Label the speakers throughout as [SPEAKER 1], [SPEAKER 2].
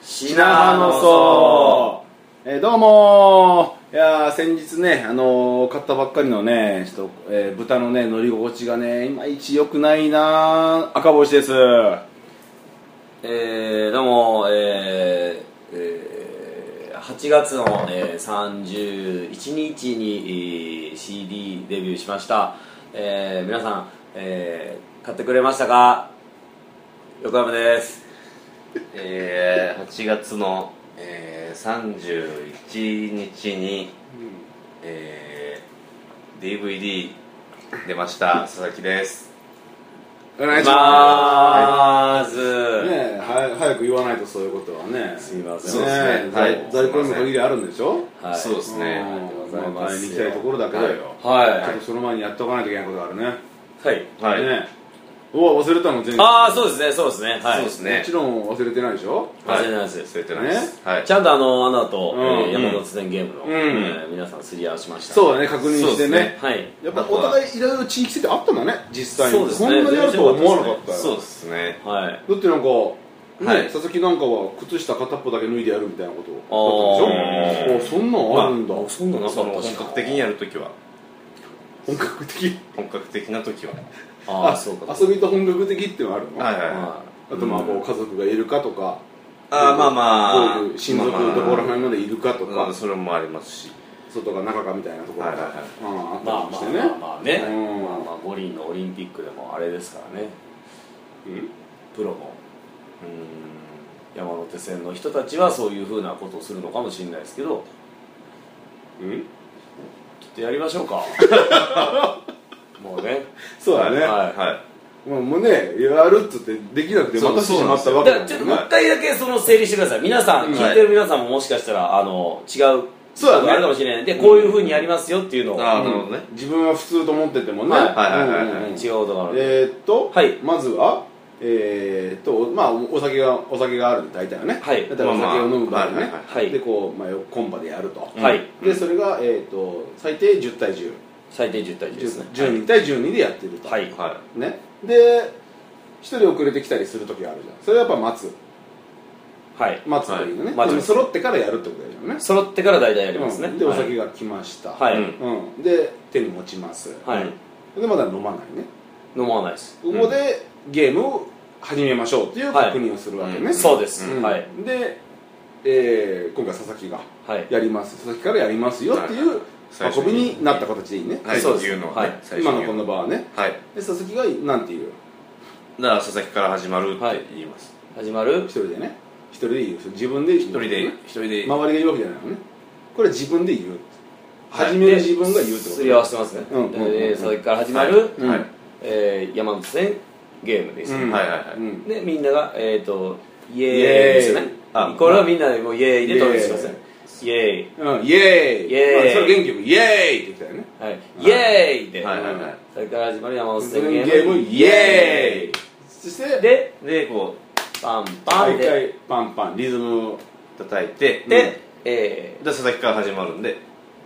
[SPEAKER 1] 品川の層えーどうもーいやー先日ね、あのー買ったばっかりのねちょっと、えー豚のね乗り心地がねいまいち良くないなー赤星です
[SPEAKER 2] えー、どうも、えーえー8月の、えー、31日に、えー CD デビューしました、えー皆さん、えー買ってくれましたか横山です
[SPEAKER 3] えー、8月の、えー、31日に、えー、DVD 出ました佐々木です
[SPEAKER 1] お願
[SPEAKER 2] ま
[SPEAKER 1] いしま
[SPEAKER 2] ーす、
[SPEAKER 1] すねは早く言わないとそういうことはね
[SPEAKER 2] すみません
[SPEAKER 1] ね
[SPEAKER 3] そうですねはい
[SPEAKER 1] 在庫にも限りあるんでしょ
[SPEAKER 2] はい
[SPEAKER 3] そうです
[SPEAKER 1] う
[SPEAKER 3] ね
[SPEAKER 1] ん
[SPEAKER 3] ありが
[SPEAKER 2] とうございます
[SPEAKER 1] まあ買いに行きたいところだけだよ、
[SPEAKER 2] はい
[SPEAKER 1] ちょっとその前にやっておかないといけないことがあるね、
[SPEAKER 2] はい
[SPEAKER 3] はい、
[SPEAKER 1] ねうわ忘れたの全然
[SPEAKER 2] ああそうですねそうですねはい
[SPEAKER 3] そうですね
[SPEAKER 1] もちろん忘れてないでしょ
[SPEAKER 2] 忘れてないです
[SPEAKER 3] 忘れてないです、はい
[SPEAKER 2] ちゃんとあのアナと、
[SPEAKER 1] うん
[SPEAKER 2] えー山手線ゲームの、
[SPEAKER 1] うん
[SPEAKER 2] えー皆さんすり合わしました
[SPEAKER 1] そうだね確認して
[SPEAKER 3] そうです
[SPEAKER 1] ね
[SPEAKER 3] ね
[SPEAKER 2] はい
[SPEAKER 1] やっぱお互いいろいろ地域性ってあったんだね実際に
[SPEAKER 2] そうですね
[SPEAKER 1] こんなにあるとは思わなかったよ
[SPEAKER 3] そうですね
[SPEAKER 2] はい
[SPEAKER 1] だってなんか、ね
[SPEAKER 3] はい
[SPEAKER 1] 佐々木なんかは靴下片っぽだけ脱いでやるみたいなこと
[SPEAKER 2] あ
[SPEAKER 1] だったでしょあそんなんあるんだ、
[SPEAKER 2] まあそんなのな
[SPEAKER 3] そ
[SPEAKER 2] かった
[SPEAKER 3] の
[SPEAKER 2] し
[SPEAKER 3] 本格的にやるときは
[SPEAKER 1] 本格的
[SPEAKER 3] 本格的なときは
[SPEAKER 2] ああそうか
[SPEAKER 1] 遊びと本格的っていうのはあるの、
[SPEAKER 3] はいはいはい
[SPEAKER 2] は
[SPEAKER 1] あとまあこう家族がいるかとか
[SPEAKER 3] あーまあまあ
[SPEAKER 1] どういう親族どこら辺までいるかとか、
[SPEAKER 3] まあそれもありますし
[SPEAKER 1] 外か中かみたいなところが、
[SPEAKER 3] はいはいはい
[SPEAKER 1] うんあっ
[SPEAKER 2] まあ
[SPEAKER 1] たり
[SPEAKER 2] ま
[SPEAKER 1] して
[SPEAKER 2] あ
[SPEAKER 1] ね、
[SPEAKER 2] まあまあね
[SPEAKER 1] うん
[SPEAKER 2] まあまあ五輪のオリンピックでもあれですからね
[SPEAKER 1] うん
[SPEAKER 2] プロも
[SPEAKER 3] うーん
[SPEAKER 2] 山手線の人たちはそういうふうなことをするのかもしれないですけど
[SPEAKER 1] うん
[SPEAKER 2] ちょっとやりましょう かもうね
[SPEAKER 1] そうだね、
[SPEAKER 2] は
[SPEAKER 3] は
[SPEAKER 1] まあ、もうねやるっつってできなくて
[SPEAKER 3] そう
[SPEAKER 1] またしてしまったわ
[SPEAKER 2] だか
[SPEAKER 1] けだも
[SPEAKER 2] ら
[SPEAKER 1] ん
[SPEAKER 2] ちょ
[SPEAKER 1] ね
[SPEAKER 2] っともう一回だけその整理してください皆さん
[SPEAKER 3] うん
[SPEAKER 2] 聞いてる皆さんももしかしたらあの違う
[SPEAKER 1] そうだ
[SPEAKER 2] こ
[SPEAKER 1] ね
[SPEAKER 2] とがあるかもしれないんでこういうふうにやりますよっていうのを
[SPEAKER 3] いああなるほどね
[SPEAKER 1] 自分は普通と思っててもね
[SPEAKER 2] はい
[SPEAKER 3] はいはいはいはい
[SPEAKER 1] うん
[SPEAKER 2] 違うことがあるんで
[SPEAKER 1] えーっと、
[SPEAKER 2] はい
[SPEAKER 1] まずはえーっとまあおお酒がお酒があるんで大体はね、
[SPEAKER 2] はい
[SPEAKER 1] だからお酒を飲む場合ね、
[SPEAKER 3] まあまあはいはい
[SPEAKER 2] はい
[SPEAKER 1] でこう、まあ、コンパでやると、
[SPEAKER 2] はい
[SPEAKER 1] でそれが、えーっと最低10対1010
[SPEAKER 2] 最低10対10ですね
[SPEAKER 1] 人対12でやってると、
[SPEAKER 2] はい
[SPEAKER 3] は
[SPEAKER 1] ねで1人遅れてきたりする時があるじゃんそれはやっぱ待つ
[SPEAKER 2] はい
[SPEAKER 1] 待つというね、
[SPEAKER 2] はい待ちま
[SPEAKER 1] でも
[SPEAKER 2] す
[SPEAKER 1] 揃ってからやるってことだよね
[SPEAKER 2] 揃ってから大体やりますね、
[SPEAKER 1] うんでお酒
[SPEAKER 2] が
[SPEAKER 1] が来ました、
[SPEAKER 2] はい、
[SPEAKER 3] うん
[SPEAKER 1] うん、で手に持ちます、
[SPEAKER 2] はい
[SPEAKER 1] でまだ飲まないね
[SPEAKER 2] 飲まないです、
[SPEAKER 1] ここでゲームを始めましょうという確認をするわけね、
[SPEAKER 3] はい
[SPEAKER 2] そうです、
[SPEAKER 1] うん
[SPEAKER 2] はい
[SPEAKER 1] で、えー今回佐々木が
[SPEAKER 2] はい
[SPEAKER 1] やります佐々木からやりますよっていう
[SPEAKER 3] はい
[SPEAKER 1] 運びになった形でいいね
[SPEAKER 3] いはい
[SPEAKER 2] そうです
[SPEAKER 3] いうの
[SPEAKER 2] は
[SPEAKER 3] は、
[SPEAKER 2] い
[SPEAKER 3] ね、最初
[SPEAKER 1] 今の
[SPEAKER 3] に言
[SPEAKER 1] こ
[SPEAKER 3] う
[SPEAKER 1] の場はね
[SPEAKER 3] はい
[SPEAKER 1] で佐々木がなんて言う
[SPEAKER 3] だから佐々木から始まるって言います、
[SPEAKER 2] 始まる
[SPEAKER 1] 一人でね一人で言う自分で言う一
[SPEAKER 3] 一人で一人で、
[SPEAKER 1] 周りが言うわけじゃないのねこれ自分で言う
[SPEAKER 3] はい
[SPEAKER 1] 始める自分が言うってこ
[SPEAKER 2] す
[SPEAKER 1] と
[SPEAKER 2] り合わせてますね、
[SPEAKER 1] うんうんうんうん
[SPEAKER 2] えー佐々木から始まる、
[SPEAKER 1] うん
[SPEAKER 3] はい
[SPEAKER 2] えー山手線ゲームです、
[SPEAKER 1] うん
[SPEAKER 3] はいはいはい
[SPEAKER 1] うん
[SPEAKER 2] でみんながえっ、とイエーイ
[SPEAKER 1] イエーイ
[SPEAKER 2] ですよね
[SPEAKER 3] あ
[SPEAKER 2] これはみんなでもうイエーイで統一してますねイエーイ
[SPEAKER 1] うんイエーイ
[SPEAKER 2] イエーイ
[SPEAKER 1] まあそれ元気よくイエーイって言ったよね
[SPEAKER 2] はい、
[SPEAKER 1] うん
[SPEAKER 2] イエーイで、
[SPEAKER 3] はいはい
[SPEAKER 1] うん
[SPEAKER 3] は
[SPEAKER 2] それから始まる山手
[SPEAKER 1] そ
[SPEAKER 2] 線
[SPEAKER 1] の
[SPEAKER 2] ゲ
[SPEAKER 1] ゲ
[SPEAKER 2] ーム
[SPEAKER 1] ームイエーイそして
[SPEAKER 2] イで
[SPEAKER 3] いでこ
[SPEAKER 2] パンパン
[SPEAKER 1] 毎
[SPEAKER 2] で、
[SPEAKER 1] 回パンパンリズムを
[SPEAKER 3] う叩いて
[SPEAKER 2] で、
[SPEAKER 3] うん
[SPEAKER 2] え
[SPEAKER 3] で佐々木から始まるんで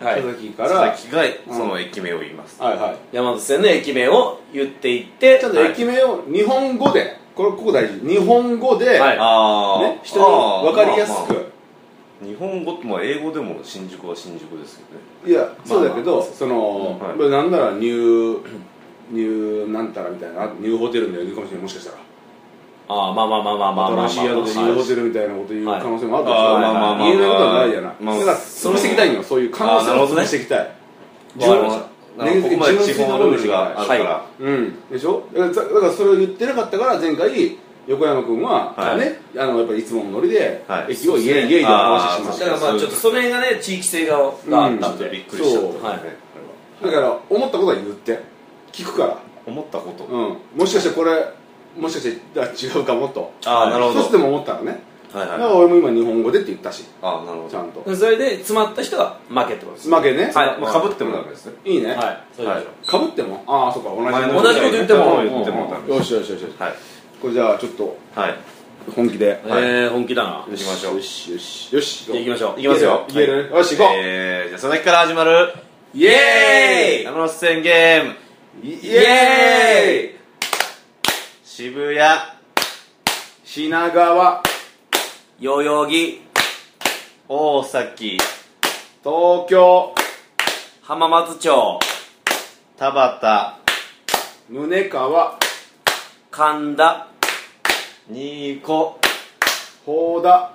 [SPEAKER 2] ーはい
[SPEAKER 1] 佐、々木か
[SPEAKER 3] 佐
[SPEAKER 1] ら
[SPEAKER 3] 々木がその駅名を言います、
[SPEAKER 1] はいはい
[SPEAKER 2] 山手線の駅名を言っていって
[SPEAKER 1] ちゃんと駅名を日本語でこれここ大事日本語で、
[SPEAKER 2] はい
[SPEAKER 3] ああ
[SPEAKER 1] ね、人に分かりやすく、
[SPEAKER 3] 日本語ってまあ英語でも新宿は新宿ですけどね
[SPEAKER 1] いやそうだけど、その、
[SPEAKER 3] うんはい
[SPEAKER 1] まあなんならニューニューなんたらみたいなニューホテルみたいなの言うかもしれないもしかしたら、
[SPEAKER 2] あーまあまあまあまあまあまあまあまあ
[SPEAKER 1] 新しい宿でニューホテルみたいなこと言う
[SPEAKER 2] はい
[SPEAKER 1] 可能性もある
[SPEAKER 3] あーまあまあ
[SPEAKER 1] か
[SPEAKER 3] まあ
[SPEAKER 1] もしれない言えないことはないじゃない、
[SPEAKER 3] まあ
[SPEAKER 1] だから
[SPEAKER 3] そ
[SPEAKER 1] 潰
[SPEAKER 3] の
[SPEAKER 1] していきたいのよそういう可能性
[SPEAKER 3] あーなる
[SPEAKER 1] を
[SPEAKER 3] ほどね
[SPEAKER 1] 潰していきたい
[SPEAKER 3] わかりました
[SPEAKER 1] 自分
[SPEAKER 3] ここまで地方ルールがあるから、
[SPEAKER 2] は
[SPEAKER 1] うん、でしょだからざだからそれを言ってなかったから前回横山君は、
[SPEAKER 3] はい
[SPEAKER 1] ねあのやっぱりいつものノリで、
[SPEAKER 3] はい
[SPEAKER 1] 駅をイエイイエイと話しまし
[SPEAKER 2] だ
[SPEAKER 1] た
[SPEAKER 2] からまあちょっとその辺がね地域性ががあったん
[SPEAKER 3] ちょっと
[SPEAKER 2] で、
[SPEAKER 3] びっくりしちゃ
[SPEAKER 1] そう
[SPEAKER 3] った、
[SPEAKER 2] はい
[SPEAKER 3] これ
[SPEAKER 1] だから思ったことは言って聞くから、
[SPEAKER 3] 思ったこと、
[SPEAKER 1] うん、もしかしてこれもしかしてあ違うかもと
[SPEAKER 3] ああなるほど
[SPEAKER 1] 一つでも思ったらね
[SPEAKER 3] はい
[SPEAKER 1] だ
[SPEAKER 3] はい
[SPEAKER 1] から俺も今日本語でって言ったし
[SPEAKER 3] ああなるほ
[SPEAKER 1] ちゃ
[SPEAKER 3] ど
[SPEAKER 1] んと
[SPEAKER 2] それで詰まった人が負けってことです
[SPEAKER 1] 負けね、
[SPEAKER 2] はい
[SPEAKER 3] まあかぶってもダメですね
[SPEAKER 1] い、いね、
[SPEAKER 2] はいそうでしょ
[SPEAKER 1] かぶってもああそうか同じ
[SPEAKER 2] 同じこと言っても
[SPEAKER 3] 言ってもダメ
[SPEAKER 1] よしよしよしよし
[SPEAKER 3] はい
[SPEAKER 1] これじゃあちょっと
[SPEAKER 3] はい
[SPEAKER 1] 本気で
[SPEAKER 2] う、えー、本気だな
[SPEAKER 3] 行きましょう
[SPEAKER 1] よしよしよし
[SPEAKER 2] じゃあ行きましょう
[SPEAKER 3] 行きますよ
[SPEAKER 1] いけるよし行こう
[SPEAKER 3] えー、じゃあ佐々木から始まる
[SPEAKER 1] イエーイ
[SPEAKER 3] 山手線ゲーム
[SPEAKER 1] イ
[SPEAKER 2] エ
[SPEAKER 3] 渋谷
[SPEAKER 1] 品川
[SPEAKER 2] 代々木
[SPEAKER 3] 大崎
[SPEAKER 1] 東京
[SPEAKER 2] 浜松町
[SPEAKER 3] 田畑
[SPEAKER 1] 宗川
[SPEAKER 2] 神田
[SPEAKER 3] ニコ
[SPEAKER 1] 宝田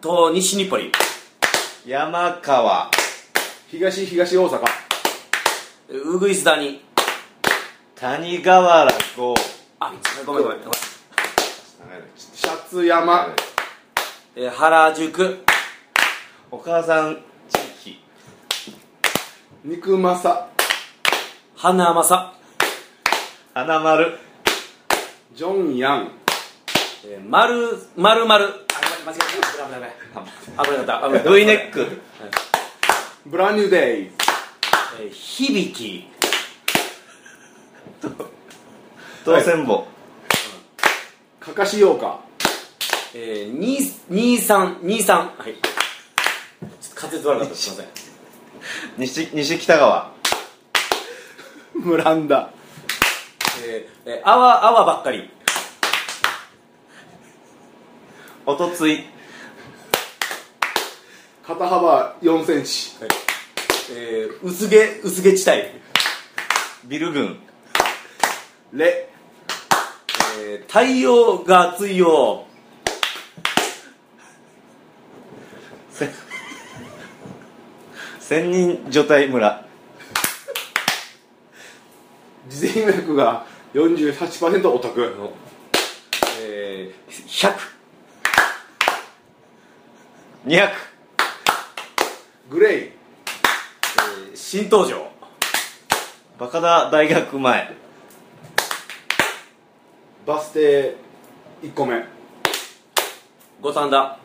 [SPEAKER 2] と西日暮里
[SPEAKER 3] 山川
[SPEAKER 1] 東東大阪
[SPEAKER 2] うぐいす谷
[SPEAKER 3] 谷川原郷
[SPEAKER 2] あごめんごめんごめん、
[SPEAKER 1] シャツ山
[SPEAKER 2] えー原宿
[SPEAKER 3] お母さん地域
[SPEAKER 1] 肉政
[SPEAKER 2] 花正、
[SPEAKER 3] 花丸
[SPEAKER 1] ジョンヤン
[SPEAKER 2] えー、丸丸丸あ間違えた 危なかった危なかった危なかった
[SPEAKER 3] V ネック
[SPEAKER 1] ブランニューデイ
[SPEAKER 2] えー響き
[SPEAKER 3] 当選簿
[SPEAKER 1] かかしようか
[SPEAKER 2] えー、に2323はいちょっと滑舌悪かったすいません
[SPEAKER 3] 西西北川
[SPEAKER 1] ムランダ
[SPEAKER 2] えーえー、泡泡ばっかり
[SPEAKER 3] おとつい
[SPEAKER 1] 肩幅4センチ
[SPEAKER 2] えー、薄毛薄毛地帯、
[SPEAKER 3] ビル群
[SPEAKER 1] レ
[SPEAKER 2] えー、太陽が熱いよ
[SPEAKER 3] 千人除隊村
[SPEAKER 1] 事前予約が48%お得
[SPEAKER 2] えー、100
[SPEAKER 3] 200
[SPEAKER 1] グレイ
[SPEAKER 2] えー新登場
[SPEAKER 3] バカダ大学前
[SPEAKER 1] バス停1個目
[SPEAKER 2] 五反田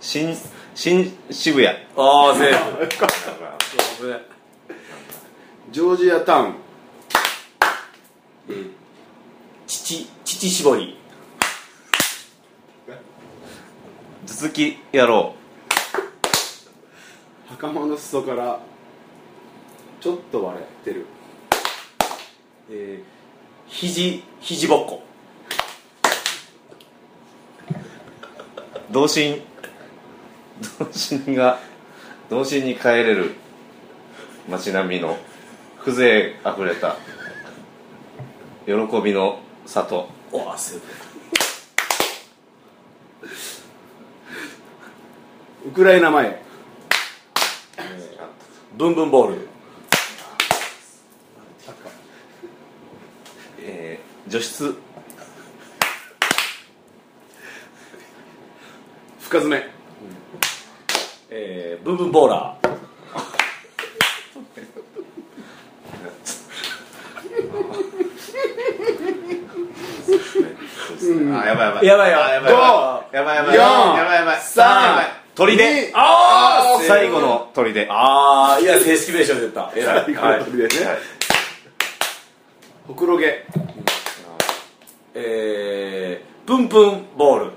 [SPEAKER 3] 新新渋谷
[SPEAKER 2] ああセーフ危ない
[SPEAKER 1] ジョージアタウン
[SPEAKER 2] えー、父父絞り
[SPEAKER 3] 頭突き野郎
[SPEAKER 1] 袴の裾からちょっと割れてる
[SPEAKER 2] えー、肘肘ぼっこ
[SPEAKER 3] 童心童心が童心に帰れる街並みの風情あふれた喜びの里
[SPEAKER 2] おあセーフ
[SPEAKER 1] ウクライナ前
[SPEAKER 2] ブンブンボール
[SPEAKER 3] えー、除湿
[SPEAKER 1] 深爪
[SPEAKER 2] えー、ブンブンボーラー
[SPEAKER 3] あやばいや
[SPEAKER 2] やば
[SPEAKER 3] ばい
[SPEAKER 2] いよ
[SPEAKER 3] あやばいやばいやばいやばいやばいやばい
[SPEAKER 1] 三
[SPEAKER 3] あやばい砦
[SPEAKER 1] 二
[SPEAKER 2] あー
[SPEAKER 3] 最後の砦
[SPEAKER 2] ああいや正式名称出たえらい、
[SPEAKER 1] は
[SPEAKER 2] はいい、
[SPEAKER 1] ですね、ほくろ毛
[SPEAKER 2] えー、プンプンボール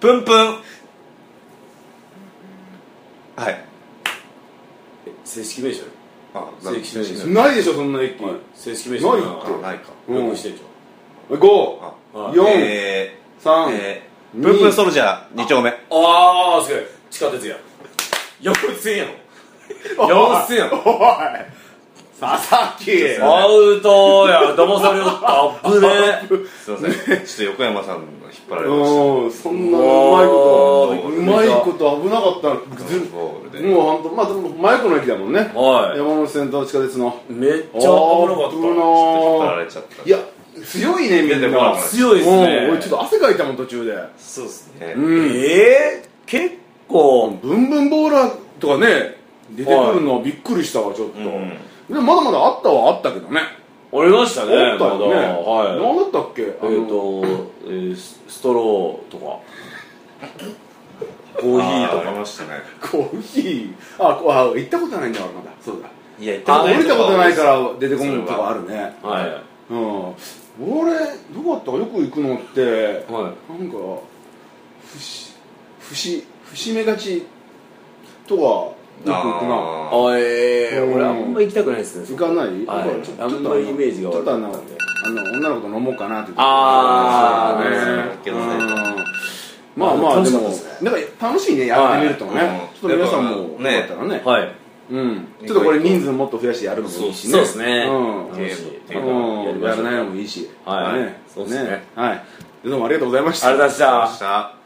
[SPEAKER 3] プンプンはい
[SPEAKER 2] 正式名称
[SPEAKER 3] あ
[SPEAKER 2] 正規正規
[SPEAKER 1] ないでしょそんな駅、
[SPEAKER 2] 正式名称
[SPEAKER 1] ないって
[SPEAKER 3] ないか
[SPEAKER 2] よくしてんじ
[SPEAKER 1] 五、
[SPEAKER 3] あ
[SPEAKER 2] ゃんはい
[SPEAKER 1] よ
[SPEAKER 3] えー
[SPEAKER 1] 三、
[SPEAKER 3] えープンプンソルジャー2丁目
[SPEAKER 2] ああすごい地下鉄や横線やろ横線やろ
[SPEAKER 1] おい佐々木
[SPEAKER 2] アウトや騙されよったあぶねえ
[SPEAKER 3] すいません、ちょっと横山さんの引っ張られまし
[SPEAKER 1] うんそんなうまいこと
[SPEAKER 3] うわ
[SPEAKER 1] う
[SPEAKER 3] ー
[SPEAKER 1] まいこと危なかったな
[SPEAKER 3] たド
[SPEAKER 1] ず
[SPEAKER 3] ロップボールで
[SPEAKER 1] もう本当まあでも真横の駅だもんね
[SPEAKER 2] は
[SPEAKER 1] 山手線と地下鉄の
[SPEAKER 2] いめっちゃ危なか
[SPEAKER 1] あー危
[SPEAKER 2] っ
[SPEAKER 1] な
[SPEAKER 3] 引っ張ら
[SPEAKER 1] ー
[SPEAKER 3] れちゃった
[SPEAKER 1] いや強いねみん
[SPEAKER 3] いやで
[SPEAKER 1] な
[SPEAKER 3] も
[SPEAKER 2] た強いですね
[SPEAKER 1] うん俺ちょっと汗かいたもん途中で
[SPEAKER 3] そうですね、
[SPEAKER 1] うん
[SPEAKER 2] ええ結構
[SPEAKER 1] ブンブンボーラーとかね出てくるのはびっくりしたわちょっと
[SPEAKER 3] う
[SPEAKER 1] で
[SPEAKER 3] ん
[SPEAKER 1] もまだまだあったはあったけどね
[SPEAKER 2] ありました
[SPEAKER 1] あ
[SPEAKER 2] ね
[SPEAKER 1] った
[SPEAKER 2] まだ
[SPEAKER 1] よね
[SPEAKER 2] はい
[SPEAKER 1] 何だったっけ
[SPEAKER 2] え
[SPEAKER 1] あの
[SPEAKER 2] っとえースストローとかコーヒーと
[SPEAKER 3] あ
[SPEAKER 2] か
[SPEAKER 3] りましたね
[SPEAKER 1] コーヒーあこあ行ったことないんだわまだそうだ
[SPEAKER 3] いや行っ
[SPEAKER 1] あ降りたことないからら出てこんとかあるね
[SPEAKER 2] は
[SPEAKER 1] うん俺どこだったかよく行くのって
[SPEAKER 2] いはい
[SPEAKER 1] なんか節節節目がちとかく行くな
[SPEAKER 3] あー
[SPEAKER 2] あええ
[SPEAKER 1] うん
[SPEAKER 2] 俺あんま行きたくないですね
[SPEAKER 1] 行かない、
[SPEAKER 2] はい
[SPEAKER 1] なんかちょっと
[SPEAKER 2] あんまりイメージが
[SPEAKER 1] ちょ
[SPEAKER 2] 悪
[SPEAKER 1] っ
[SPEAKER 2] い
[SPEAKER 1] とあのあの女の子と飲もうかなって
[SPEAKER 2] あ
[SPEAKER 3] ー
[SPEAKER 1] そう
[SPEAKER 3] なるほど
[SPEAKER 1] ねうんまあまあ
[SPEAKER 2] 楽
[SPEAKER 1] で
[SPEAKER 2] しかった
[SPEAKER 1] も
[SPEAKER 2] ですね
[SPEAKER 1] なんか楽しいねやってみるとね、
[SPEAKER 3] はい
[SPEAKER 1] ちょっと皆さんも
[SPEAKER 3] うんね
[SPEAKER 1] よかったらね
[SPEAKER 2] はい
[SPEAKER 1] うん、ちょっとこれ人数もっと増やしてやるのもいいしね
[SPEAKER 2] そうですね
[SPEAKER 1] うん
[SPEAKER 2] 楽しい
[SPEAKER 3] ゲー
[SPEAKER 1] うん
[SPEAKER 2] やりましょう
[SPEAKER 1] やらないのもいいし
[SPEAKER 2] はい
[SPEAKER 1] ね
[SPEAKER 2] そうですね
[SPEAKER 1] はいどうもありがとうございました
[SPEAKER 2] ありがとうございました
[SPEAKER 3] した